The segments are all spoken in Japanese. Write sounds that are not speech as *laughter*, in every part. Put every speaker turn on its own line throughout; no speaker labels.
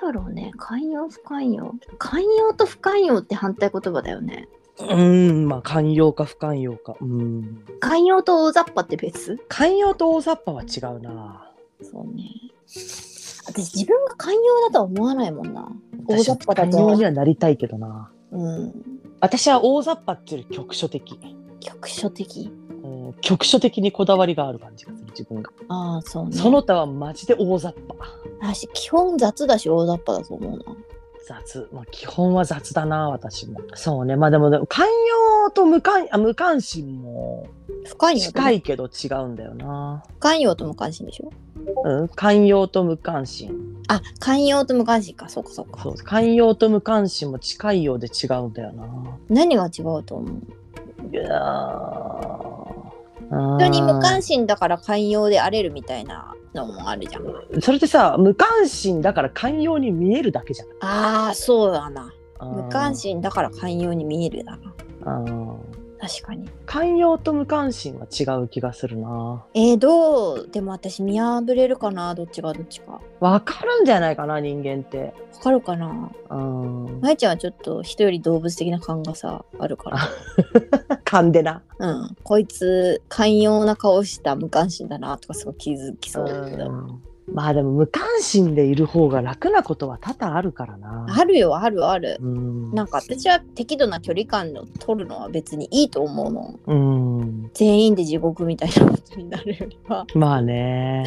だろうね寛容不寛容寛容と不寛容って反対言葉だよね
うん、まあ、寛容か不寛容か。うん。
寛容と大雑把って別
寛容と大雑把は違うな。
そうね私自分が寛容だとは思わないもんな大雑把だ
私は寛容に
と
はなりたいけどな。
うん
私は大雑把っていうより局所的。
局所的
うん、局所的にこだわりがある感じがする、自分が。
ああそうね
その他はマジで大雑把。
私基本雑だし大雑把だと思うな
雑。まあ、基本は雑だな、私も。そうね。まあでも、寛容と無関あ無関心も
不寛容と
近いけど違うんだよな。
不寛容と無関心でしょ
うん、寛容と無関心。
あ寛容と無関心かそうかそうか
そう寛容と無関心も近いようで違うんだよな。
何が違うと思う
いや
人に無関
心
心だから寛容であれるみたいなのもあるじゃん
それってさ無関心だから寛容に見えるだけじゃん
ああそうだな
あー
無関心だから寛容に見えるだな
あー
確かに
寛容と無関心は違う気がするな
えー、どうでも私見破れるかなどっちがどっちか
わかるんじゃないかな人間って
わかるかな
うん
まやちゃんはちょっと人より動物的な感がさあるから
勘でな
うんこいつ寛容な顔した無関心だなとかすごい気づきそうだけど
まあでも無関心でいる方が楽なことは多々あるからな
あるよあるある
うん
なんか私は適度な距離感を取るのは別にいいと思うの
うん
全員で地獄みたいなことになるよりは
まあね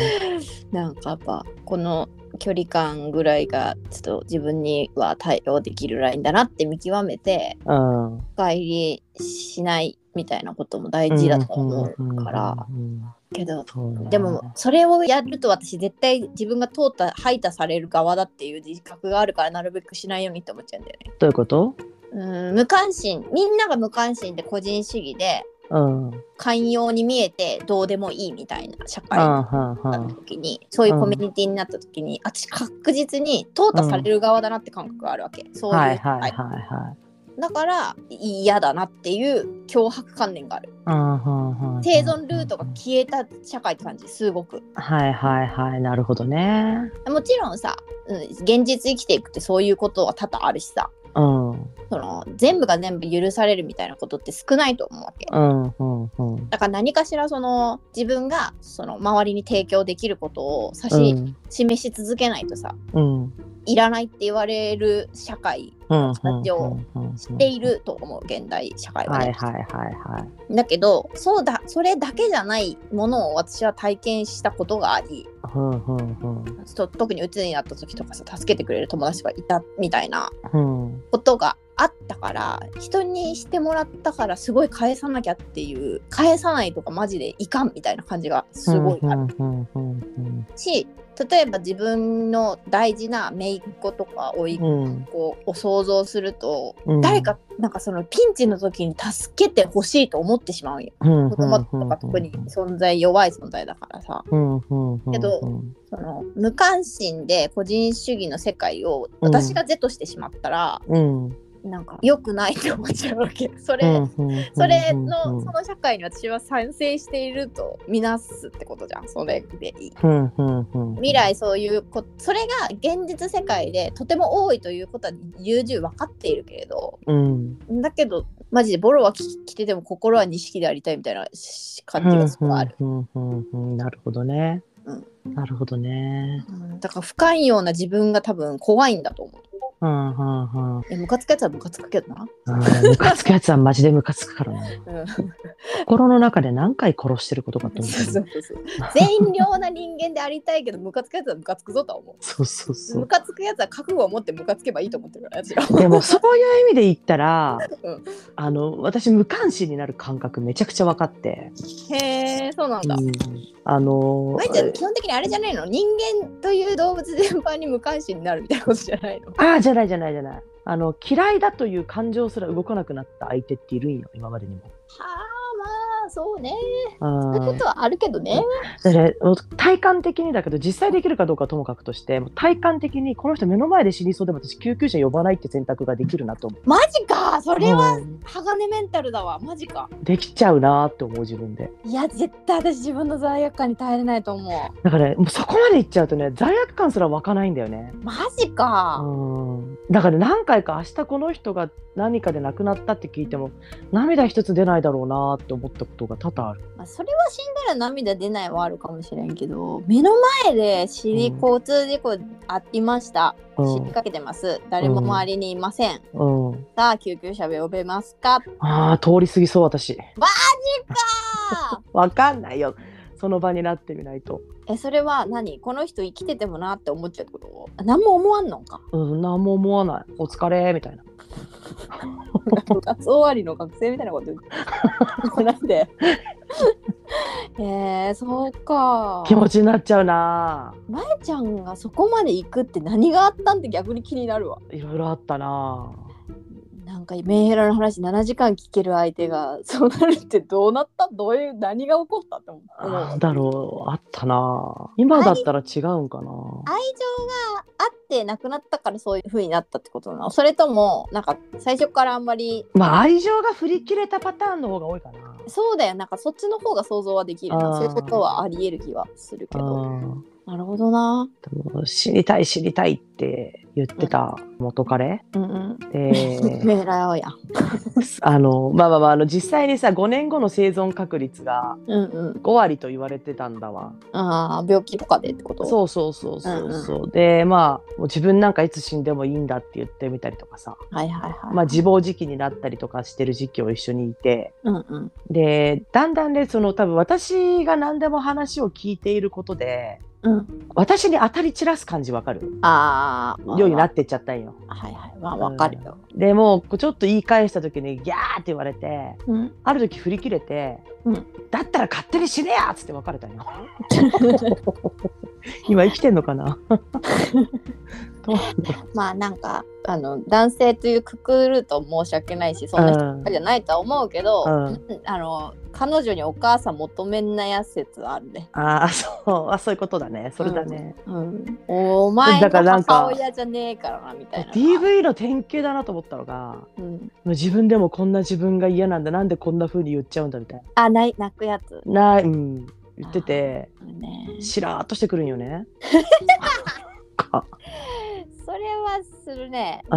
なんかやっぱこの距離感ぐらいがちょっと自分には対応できるラインだなって見極めて
うん
深入りしないみたいなことも大事だと思うから
うんうんうんうん
けど
そうね
でもそれをやると私絶対自分が通った排他される側だっていう自覚があるからなるべくしないようにって思っちゃうんだよね。
どういうこと
うん無関心みんなが無関心で個人主義で
うん
寛容に見えてどうでもいいみたいな社会
あはんは
なん時にそういうコミュニティになった時に、私確実に淘汰される側だなって感覚があるわけ、そういう、
はいはいは
はいい
はい
だから嫌だなっていう脅迫観念がある
うんうんうん
生存ルートが消えた社会って感じすごく
はいはいはいなるほどね
もちろんさ、うん、現実生きていくってそういうことは多々あるしさ
うん
その全部が全部許されるみたいなことって少ないと思うわけ
うんうんうん
だから何かしらその自分がその周りに提供できることを指し、
うん
示し続けないとさ
うん
いらないって言われる社会
うん
形を知っていると思う現代社会は、
は
ね
いはいはいはい
だけどそうだそれだけじゃないものを私は体験したことがあり
うんうん
と特に鬱になった時とかさ助けてくれる友達がいたみたいな
うんうん
ことがあったから人にしてもらったからすごい返さなきゃっていう返さないとかマジでいかんみたいな感じがすごいある
うんうん
し例えば自分の大事な姪っ子とか甥いっ
うんうん
子を想像すると、
うん
誰かなんかそのピンチの時に助けてほしいと思ってしまうんよ。
うん
子供とか特に存在弱い存在だからさ
うんうんうん
けど
うん
その無関心で個人主義の世界を
うん
私が是としてしまったら、
うん
なんか良くないって思っちゃうわけ *laughs* それ、
うんうんうん
それの、
うん
その社会に私は賛成しているとみなすってことじゃんそれでいい
うんうんうん
未来そういうこそれが現実世界でとても多いということは重々分かっているけれど
うん
だけどマジでボロは着着てても心は錦でありたいみたいなし感じがすごいある。
うんうんうんうんなるほどね。
うん
なるほどね。
うんだから不寛容な自分が多分怖いんだと思う。
うんうんうん。
えムカつくやつはムカつくけどな。
あームカつくやつはマジでムカつくからな。
うん、
心の中で何回殺してることかと思
そう
っ
そ
た。
うそう善良な人間でありたいけどムカつくやつはムカつくぞとは思
そうそう
う。
そ
ム
う。
カつくやつは覚悟を持ってムカつけばいいと思ってるから私は
でもそういう意味で言ったら
うん、
あの私無関心になる感覚めちゃくちゃ分かって、
へえそうなんだ。
うんあの
まいちゃん基本的にあれじゃないの人間という動物全般に無関心になるみたいなことじゃないの。
ああじゃないじゃないじゃないあの嫌いだという感情すら動かなくなった相手っているんよ今までにも。
はあまあそうね。そういう
う
こ
ん
とはあるけどね。
それ体感的にだけど実際できるかどうかはともかくとしてもう体感的にこの人目の前で死にそうでも私救急車呼ばないって選択ができるなと思う
マジかそれは
うん
鋼メンタルだわ。マジか。
できちゃうなって思う自分で
いや、絶対私自分の罪悪感に耐えれないと思
だからねもうそこまでいっちゃうとね罪悪感すら湧かないんだよね
う。マジか。
うんだから何回か明日この人が何かで亡くなったって聞いても涙一つ出ないだろうなって思ったことが多々ある
まあ、それは死んだら涙出ないはあるかもしれんけど、目の前で死に
うん
交通事故ありました。
う
死にかけてます。誰も周りにいません。
ん、うん、
さあ、救急車呼べますかマジ
あー通り過ぎそう私
か
わかんないよその場になってみないと
え、それは何この人生きててもなって思っちゃうってことあ何も思わんのか。
うん何も思わないお疲れみたいな
学終わりの学生みたいなこと言って。 *laughs* なんでえー、そうか。
気持ちになっちゃうな
まえちゃんがそこまで行くって何があったんって逆に気になるわ。
いろいろあったな
なんかメンヘラの話7時間聞ける相手が *laughs* そうなるってどうなったどういう何が起こったって思う。
な
愛
んだろうあったな今だったら違うんかな
情があってなくなったからそういう風になったってことなのそれともなんか最初からあんまり
まあ愛情が振り切れたパターンの方が多いかな
そうだよなんかそっちの方が想像はできるな
あー
そういうことはありえる気はするけど
うん
なるほどな
でも死にたい死にたいって言ってた元彼
うんうん
で
*laughs* メンヘラや
あのまあまあまああの実際にさ5年後の生存確率が
うんうん
5割と言われてたんだわ
ああ病気とかでってこと
そうそうそうそうそう、でまあもう自分なんかいつ死んでもいいんだって言ってみたりとかさ、
はいはいはい
まあ、自暴自棄になったりとかしてる時期を一緒にいて
うんうん
でだんだんねその多分私が何でも話を聞いていることで
うん
私に当たり散らす感じわかる
ああ
ようになってっちゃったんよ。
はいはいまあわかるよ
でもうこうちょっと言い返した時にギャーって言われて
うん
ある時振り切れて、
うん
だったら勝手に死ねやっつって別れたんよ。 *laughs* 今生きてんのかなどう
まあなんかあの男性というくくると申し訳ないしそんな人
うん
じゃないとは思うけど、
うん
あの彼女にお母さん求めんなや説あるね、
ああそうあそういうことだねそれだね、
うん、お前の
だからなんか
母親じゃねえからなみたいな
DV の典型だなと思ったのがも
うん、
う自分でもこんな自分が嫌なんだなんでこんな風に言っちゃうんだみたい
あない泣くやつ
なない、うん、言ってて
ね
しらーっとしてくるん
*laughs*
よねか
それはするね
う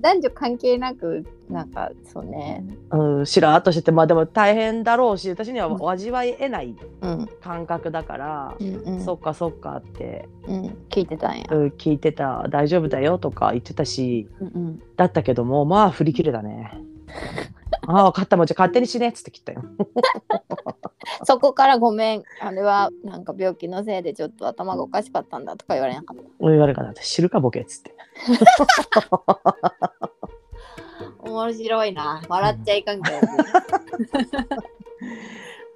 男女関係なくなんかそうね
んうん、しらーっとしててまあでも大変だろうし私には味わえない
うん
感覚だから
う、んうん
そっかそっかって、
うん聞いてたんや、
うん、聞いてた大丈夫だよとか言ってたし
うんうん、
だったけどもまあ振り切れた
*laughs*
ねああ分かったもうじゃあ勝手に死ねっつって切ったよ
そこからごめんあれはなんか病気のせいでちょっと頭がおかしかったんだとか言われなかった
俺言われなかった知るかボケっつって
面白いな笑っちゃいかんけど、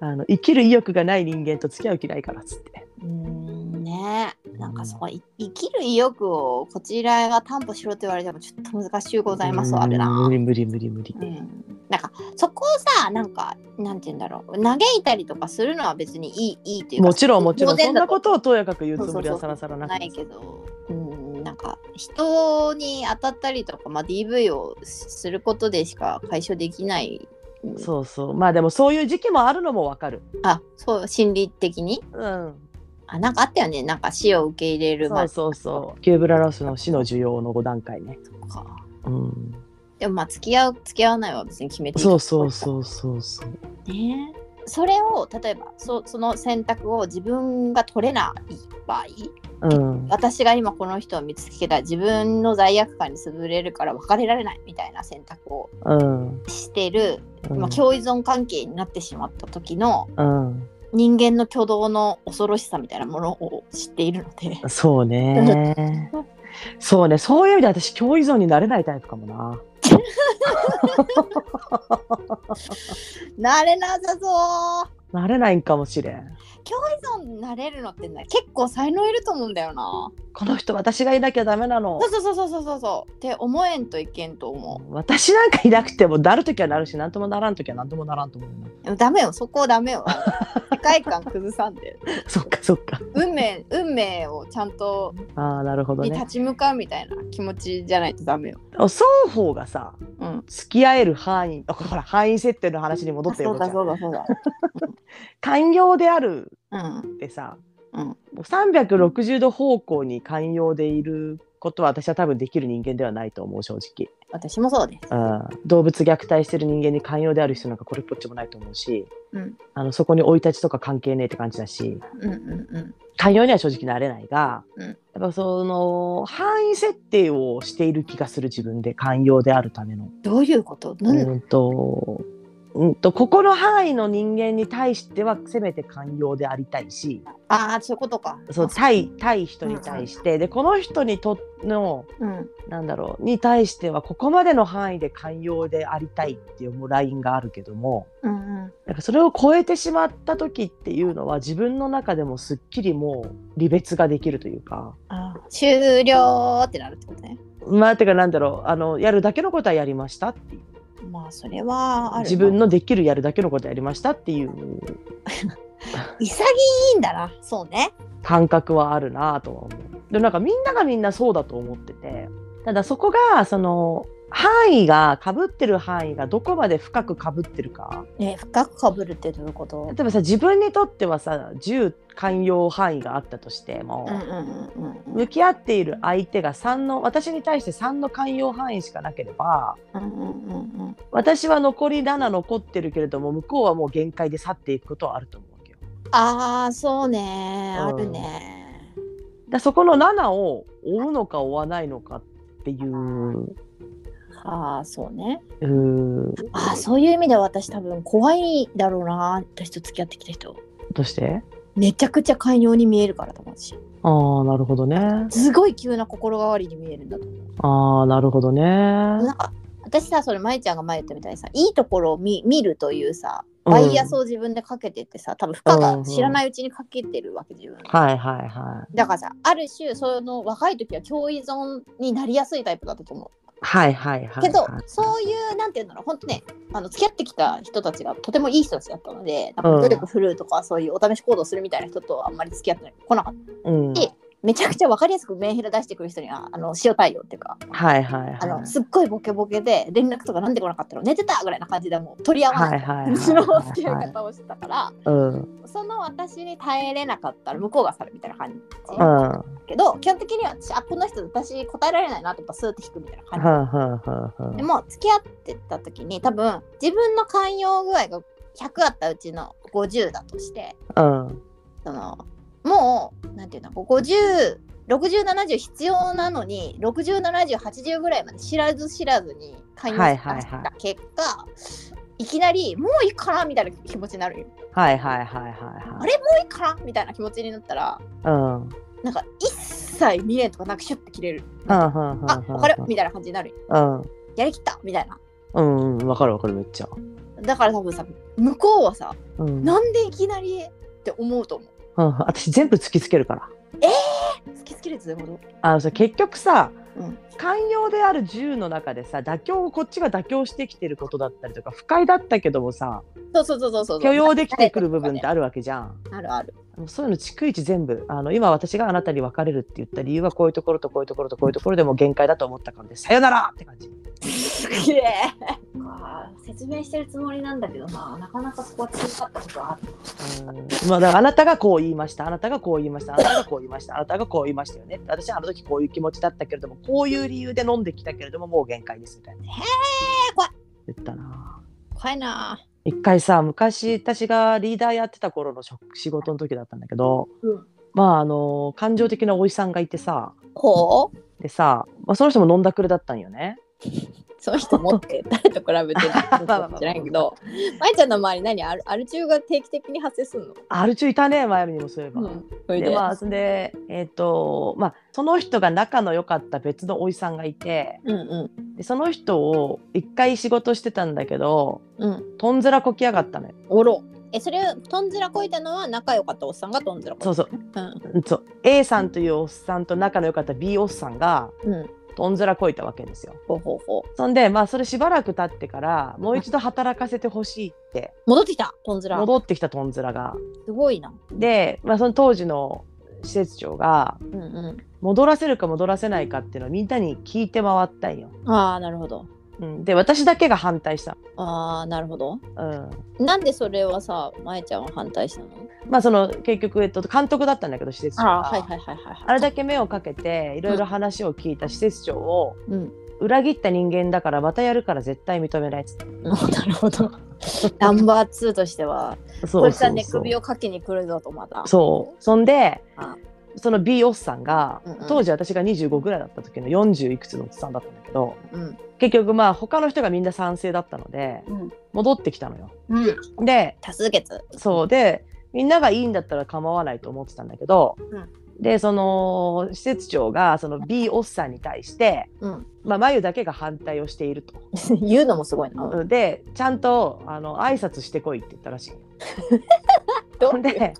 あの生きる意欲がない人間と付き合う気ないからっつって
うーんねえなんかそこい生きる意欲をこちらが担保しろと言われてもちょっと難しゅうございますわある
無
な。
理無理無理無理、
うんなんかそこをさなんかなんて言うんだろう嘆いたりとかするのは別にいいいいっていうか
もちろんもちろんそんなこととをとやかく言うつもりはさらさらなく
ないけどうんなんか人に当たったりとか、まあ、DV をすることでしか解消できない、うん
そうそうまあでもそういう時期もあるのもわかる
あそう心理的に
うん
あなんかあったよねなんか死を受け入れる
そう
まで
そうそうケーブララスの死の需要の5段階ね
とか。
うん
でもまあ付き合う付き合わないは別に決めていい
そうそうそうそうそう
ねそれを例えばそその選択を自分が取れない場合
うん
私が今この人を見つけた自分の罪悪感に潰れるから別れられないみたいな選択を
うん
してる、
うん
まあ、共依存関係になってしまった時の
うん
人間 *laughs* の挙動の恐ろしさみたいなものを知っているので *laughs*
そうね。そうね、そういう意味で私、強依存になれないタイプかもな。
なれなさそう
なれないんかもしれん。
教依存になれるのってね結構才能いると思うんだよな
この人、私がいなきゃダメなの
そ。うそうそうそうそうそうそうって思えんといけんと思
私なんかいなくても、なるときはなるし、なんともならんときはなんともならんと思うな。
うでもダメよそこはダメ *laughs* よ世界観崩さんで
*laughs* そっかそっか。
運命運命をちゃんと
ああ、なるほど
に
ね
立。ち向かうみたいな気持ちじゃないとダメよ、
双方がさ、
うん
付き合える範囲、あほら、範囲設定の話に戻って
そう
よ。
だ
じゃ
そ
あ
うだそうだ
寛容である
うん
ってさ、
うん
もう360度方向に寛容でいることは私は多分できる人間ではないと思う正直、
私もそうです
うん、動物虐待してる人間に寛容である人なんかこれっぽっちもないと思うし、
うん
あのそこに生い立ちとか関係ねえって感じだし
うんうんうん
寛容には正直なれないが、
うん
やっぱその範囲設定をしている気がする自分で寛容であるための。
どういうことなん
うんとうんとここの範囲の人間に対してはせめて寛容でありたいし、
ああそういうことか
そう対対人に対して、でこの人にとの
うん
なんだろうに対してはここまでの範囲で寛容でありたいっていうラインがあるけども
うんうん
なんかそれを超えてしまった時っていうのは自分の中でもすっきりもう離別ができるというか。
あー終了ってなるってことね
まあ、てかなんだろうあのやるだけのことはやりましたっていう
まあそれはあるな
自分のできるやるだけのことはやりましたっていう
潔いんだなそうね
感覚はあるなとは思う。でもなんかみんながみんなそうだと思っててただそこがその範囲がかぶってる範囲がどこまで深くかぶってるか
ね深くかぶるってどういうこと
例えばさ自分にとってはさ10寛容範囲があったとしても、
うんうんうんうん
向き合っている相手が3の私に対して3の寛容範囲しかなければ
うんうんうんうん
私は残り7残ってるけれども向こうはもう限界で去っていくことはあると思うわけよ。
ああそうねあ
うん
るね
だそこの7を追うのか追わないのかっていう
ああそうね
うー
ああそういう意味では私多分怖いだろうな私と付き合ってきた人
どうして
めちゃくちゃ寛容に見えるからと思うし
ああなるほどね
すごい急な心変わりに見えるんだと思う
ああなるほどね
なんか私さそれまゆちゃんが前言ったみたいにさいいところを見見るというさバイアス
うん
を自分でかけてってさ多分負荷
うんう
が
ん
知らないうちにかけてるわけ自分が
はいはいはい
だからさある種その若い時は共依存になりやすいタイプだったと思
はいはいは
う
い
けど、
はい
そういうなんていうんだろう本当ねあの付き合ってきた人たちがとてもいい人たちだったのでなんか努力振るうとかそういうお試し行動するみたいな人とあんまり付き合ってこなかった
うん
でめちゃくちゃ分かりやすくメンヘラ出してくる人にはあの塩対応っていうか
はいはいはい
あのすっごいボケボケで連絡とかなんで来なかったの寝てたぐらいな感じでもう取り合わ
は
ない
いはいはい
感じの付き合い
はい
方をしてたから
うん
その私に耐えれなかったら向こうが去るみたいな感じ。
うんは
けど基本的には私あこの人私答えられないなとかスーッて引くみたいな
あ
感じ、
はあはあは
でも付き合ってた時に多分自分の寛容具合が100あったうちの50だとして
あうん
そのもうなんていうの506070必要なのに607080ぐらいまで知らず知らずに寛容
は
し
い
て
はいはい
た結果、いきなりもういいかなみたいな気持ちになるよも
はいはいはいはい
ういいかなみたいな気持ちになったら
はいうん
なんか一切見えんとかなくシュッて切れる
はあはあは
あ
あ
分
は
か
あ
るみたいな感じになるよ
うん
やりきったみたいな
うんうんわかるわかるめっちゃ
だから多分さ向こうはさ
うん
なんでいきなりって思うと思う
うん私全部突きつけるから
突きつけるってどういうこ
あのさ結局さ、
うん
寛容である10の中でさ妥協をこっちが妥協してきてることだったりとか不快だったけどもさ
とそうそうそうそうそう
許容できてくる部分ってあるわけじゃん。
あるある
もうそういうの逐一全部あの今私があなたに別れるって言った理由はこういうところとこういうところとこういうところでもう限界だと思ったからでさよならって感じ
すげえ説明してるつもりなんだけどななかなかそこは強かったことはある
うんまあだからあなたがこう言いましたあなたがこう言いましたあなたがこう言いましたあなたがこう言いましたよね私はあの時こういう気持ちだったけれどもこういう理由で飲んできたけれどももう限界ですみたいなへえ
怖い
言ったな
怖いな
一回さ昔私がリーダーやってた頃の職仕事の時だったんだけど、
うん
まああの感情的なおじさんがいてさ
ほう
でさ、まあ、その人も飲んだくれだったんよね。
その人持って誰と比べてるか
まあまあま
*laughs*
あ
知らんけどまいちゃんの周り何アルアル中が定期的に発生するの、
アル中いたね前にもそういえば。
うん、それ
で
で
まあそんでえっ、とまあその人が仲の良かった別のおじさんがいて
うんうん
でその人を一回仕事してたんだけど
うん
とんずらこきやがったのよ。
おろえそれとんずらこいたのは仲良かったおっさんがとんずらこ
そ
いう
そう
たうん
そう A さんというおっさんと仲の良かった B おっさんが
うん
とんずらこいたわけですよ。
ほうほうほう
そんでまあそれしばらく経ってからもう一度働かせてほしいって
戻ってきたとんずら
戻ってきたとんずらが。
すごいな
で、まあ、その当時の施設長が
うんう
戻らせるか戻らせないかっていうのをみんなに聞いて回ったんよ。
んああなるほど
うん、で私だけが反対した。
ああなるほど
うん
なんでそれはさまえちゃんは反対したの
まあその結局、えっと、監督だったんだけど施設長が
ああはいはいはいはいはい
あれだけ目をかけていろいろ話を聞いた施設長を
うん *laughs*
裏切った人間だからまたやるから絶対認めないっつって
なるほど。ナ
*laughs*
ンバー2としては、
そ
こ
う
いつは
そう
寝
そう
首をかけに来るぞとまだ。
そうそんで
あ
その B おっさんが、
うんうん
当時私が25ぐらいだった時の40いくつのおっさんだったんだけど
うん。
結局まあ他の人がみんな賛成だったので
うん。
戻ってきたのよ。
うん。
で
多数決。
そうでみんながいいんだったら構わないと思ってたんだけど、
うん
でその施設長がその B おっさんに対して、
うん。
まあ、眉だけが反対をしていると。
*laughs* 言うのもすごいな。
でちゃんとあの挨拶してこいって言ったらしい。
ど
ほんで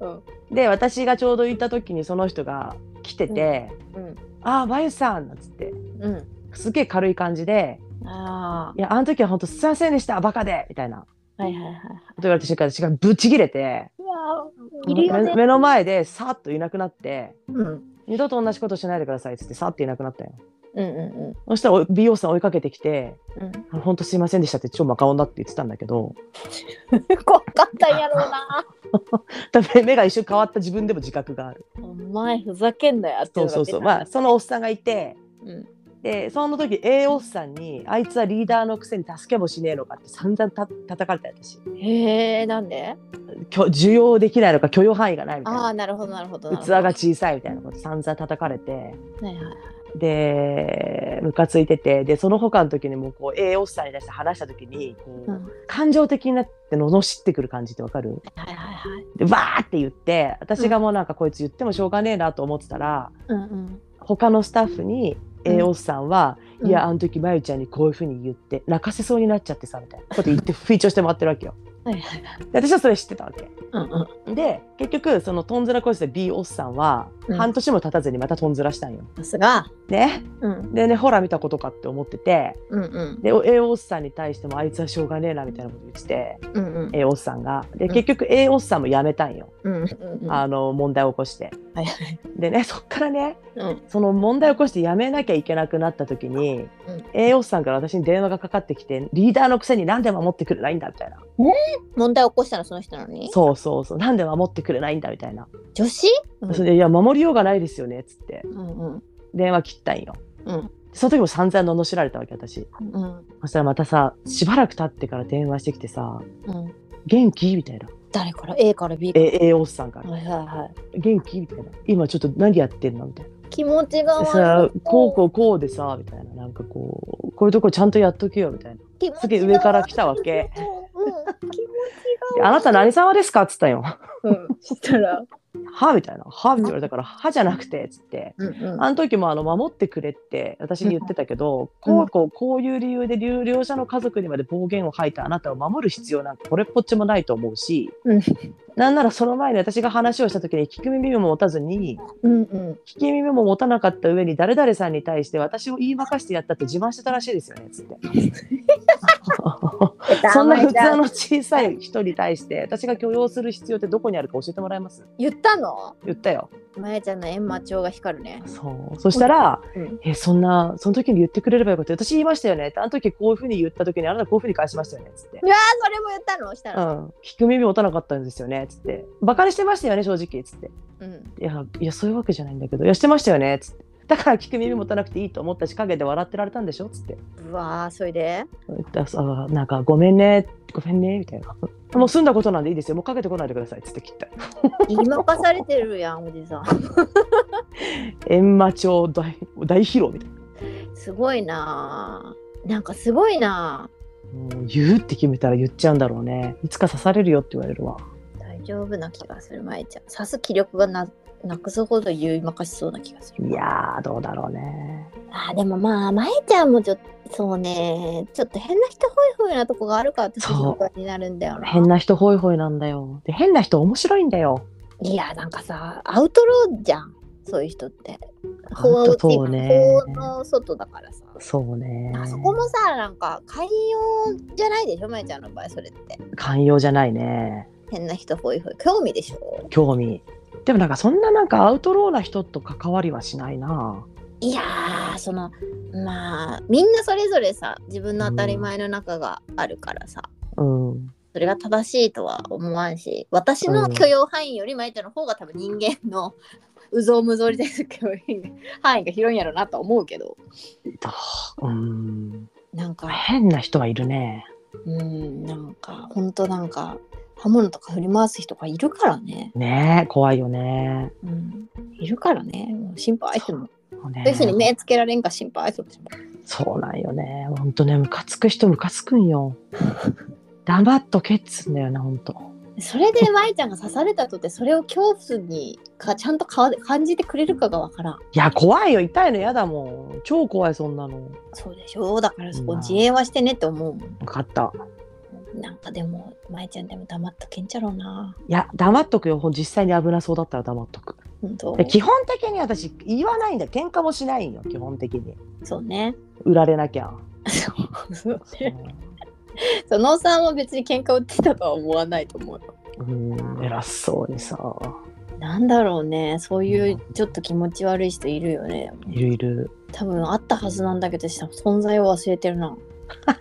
うん。
で私がちょうど行った時にその人が来てて
うん。
「ああ眉さん」なんつって
う
すげえ軽い感じで
ん。あ
「いやあの時は本当すいませんでしたバカで」みたいなこと
あ。はいはいはい。
言われた瞬間私がぶち切れて
うわー
目。目の前でさっといなくなって。
うん。
二度と同じことしないでくださいっつってさっていなくなったよ
うんう
そしたらお美容師さん追いかけてきて
んうん。 *laughs*
「あのほんとすいませんでした」って超マカオンだって言ってたんだけど
うん。怖かったんやろうな。
多分目が一瞬変わった自分でも自覚がある
*laughs* お前ふざけんなよっていうの
そ
が *laughs*
そうそうまあそのおっさんがいて
うん。
でその時 A おっさんに「あいつはリーダーのくせに助けもしねえのか」って散々た叩かれたよ私
へえ、なんで
許受容できないのか許容範囲がないみたい
ああ、な
な
るほどなるほど。なる
器
ほど
が小さいみたいなこと散々叩かれて
はいはいはい。
でムカついててでその他の時にもこう A おっさんに対して話した時にこう、
うん
感情的になってののしってくる感じってわかる
はいはいはい。
でわーって言って私がもうなんかこいつ言ってもしょうがねえなと思ってたら、
うんうん。
他のスタッフ
う
に
ん
A おっさんは「
うん
いやあの時まゆちゃんにこういうふうに言って泣かせそうになっちゃってさ」みたいなこと言って *laughs* 吹聴してもらってるわけよ。
はいはい。
で私はそれ知ってたわけ。
うんうん。
で結局そのとんずらこいつで B おっさんは
うん
半年も経たずにまたとんずらしたんよ。
さすが。
ね、
うん
でねほら見たことかって思ってて
うんうん
で A おっさんに対しても「あいつはしょうがねえな」みたいなこと言ってて
うんうん
A おっさんが。で
うん
結局 A おっさんも辞めたんよ。
うんうん
あの問題を起こして。
はいはい
でねそっからね
うん
その問題を起こしてやめなきゃいけなくなった時に、栄養士さんから私に電話がかかってきてリーダーのくせになんで守ってくれないんだみたいな
問題起こしたのその人なのに
そうそうそうなんで守ってくれないんだみたいな、
女子うん
それでいや守りようがないですよねっつって
うんうん
電話切ったんよ、
うん
その時も散々罵られたわけ私
うん
そしたらまたさしばらく経ってから電話してきてさ
うん
「元気?」みたいな
誰から A から B から
え栄養士さんから
はいはいは
「元気?」みたいな「今ちょっと何やってんの?」みたいない
気持ちが
でさ
悪い
こうこうこうでさみたいななんかこうこういうとこちゃんとやっとけよみたいな
気持ちが悪い
すげえ上から来たわけ
うん気持ち
で
が
あなた何様ですか?」っつったんよ
うんしたら
歯みたいな歯みたいなだから歯じゃなくてっつって
うんうん
あの時もあの守ってくれって私に言ってたけど、こうこうこういう理由で両両者の家族にまで暴言を吐いたあなたを守る必要なんかこれっぽっちもないと思うし、
うん
なんならその前に私が話をした時に聞き耳も持たずに
うんうん
聞き耳も持たなかった上に誰々さんに対して私を言いまかしてやったって自慢してたらしいですよねっつって
*laughs*
そんな普通の小さい人に対 *laughs* して私が許容する必要ってどこにあるか教えてもらえます
言ったの
言ったよ。
まやちゃんの閻魔帳が光るね
そうそしたら、
うん
えそんなその時に言ってくれればよかった私言いましたよねってあの時こういうふうに言った時にあなたこういうふうに返しましたよねっつって、
うわーそれも言ったのした
う
ら
ん、聞く耳持たなかったんですよねっつってバカにしてましたよね正直っつって
うん
いやいやそういうわけじゃないんだけどいやしてましたよねっつってだから聞く耳持たなくていいと思ったし陰で笑ってられたんでしょっつって
うわーそれで
だあなんかごめんねごめんねみたいなもう済んだことなんでいいですよもうかけてこないでくださいっつって切った
言いまかされてるやんおじさん
閻魔帳大大披露みたいな
すごいなあなんかすごいなあ
うん言うって決めたら言っちゃうんだろうねいつか刺されるよって言われるわ
大丈夫な気がするまえちゃん刺す気力がななくすほど言いまかしそうな気がする
いやーどうだろうね
あーでもまあまえちゃんもちょっとそうねちょっと変な人ホイホイなとこがあるから私
そう
心配になるんだよな
変な人ホイホイなんだよで変な人面白いんだよ
いやなんかさアウトローじゃんそういう人って法
アウトローね
法の外だからさ
そうね
あそこもさなんか寛容じゃないでしょまえちゃんの場合それって
寛容じゃないね
変な人ホイホイ興味でしょ
興味でもなんかそんななんかアウトローな人と関わりはしないない
やーそのまあみんなそれぞれさ自分の当たり前の中があるからさ、
うん
それが正しいとは思わんし私の許容範囲よりまえちゃんの方が多分人間の *laughs* うぞうむぞうりです許容範囲が広いんやろなとは思うけど
どううん
なんか
変な人はいるね
うんなんかほんとなんか刃物とか振り回す人がいるからね、
ねえ怖いよね
うん、いるからねもう心配しても
ね
別に目つけられんか心配しても
そうなんよねほんとねムカつく人ムカつくんよ黙っとけっつうんだよねほんと
それで舞ちゃんが刺されたとてそれを恐怖にかちゃんとか感じてくれるかがわからん
いや怖いよ痛いの嫌だもん超怖いそんなの
そうでしょだからそこ
うん
自衛はしてねって思うもん
分かった
なんかでも舞ちゃんでも黙っとけんちゃろうない
や黙っとくよほん実際に危なそうだったら黙っとく
ほんと
で基本的に私言わないんだよ喧嘩もしないんよ基本的に
そう *laughs* ね
売られなきゃ
そう *laughs*
そ
ねそのおっさんは別に喧嘩売ってたとは思わないと思うよ
ううん偉そうにさ
なんだろうねそういうちょっと気持ち悪い人いるよね
いるいる
多分あったはずなんだけど私多分存在を忘れてるな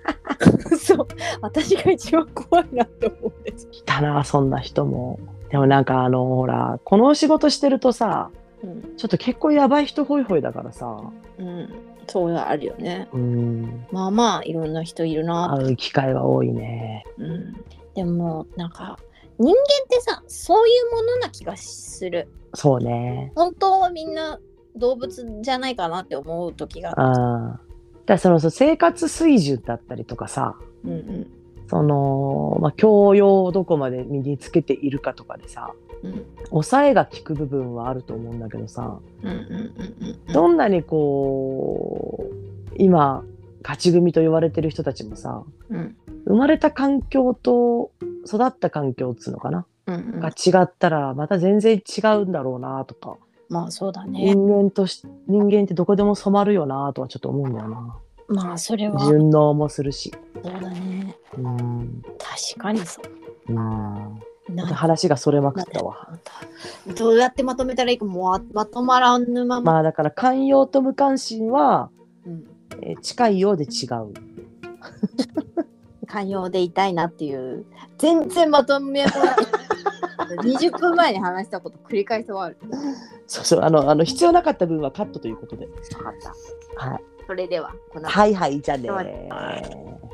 *laughs* そう私が一番怖いなって思うんです、
来たなそんな人もでもなんかあのほらこの仕事してるとさ
うん
ちょっと結構やばい人ホイホイだからさ
うん、そういうのあるよね
うん
まあまあいろんな人いるな
会う機会は多いね
うん、でもなんか人間ってさそういうものな気がする
そうね
本当はみんな動物じゃないかなって思う時が
うんだからそのそう生活水準だったりとかさ
うんうん
その、まあ、教養をどこまで身につけているかとかでさ
うん
抑えが効く部分はあると思うんだけどさ
うんうんうんうん
どんなにこう今勝ち組と言われてる人たちもさ
うん
生まれた環境と育った環境っつうのかな、
うんうん
が違ったらまた全然違うんだろうなとか、
まあそうだね
人間とし人間ってどこでも染まるよなとはちょっと思うんだよな
まあそれはそう
順応もするし
だね
うん
確かにそう
うん
な
ちょっと話がそれまくったわ。
どうやってまとめたらいいかもうまとまらぬまま、
まあだから寛容と無関心は、
うん、
えー近いようで違う。
寛容でいたいなっていう全然まとめもない20分前に話したこと繰り返しはある
そうそうあのあの必要なかった分はカットということで。
分かった
はい
それではこの
はいはいじゃあね
そうです
ー。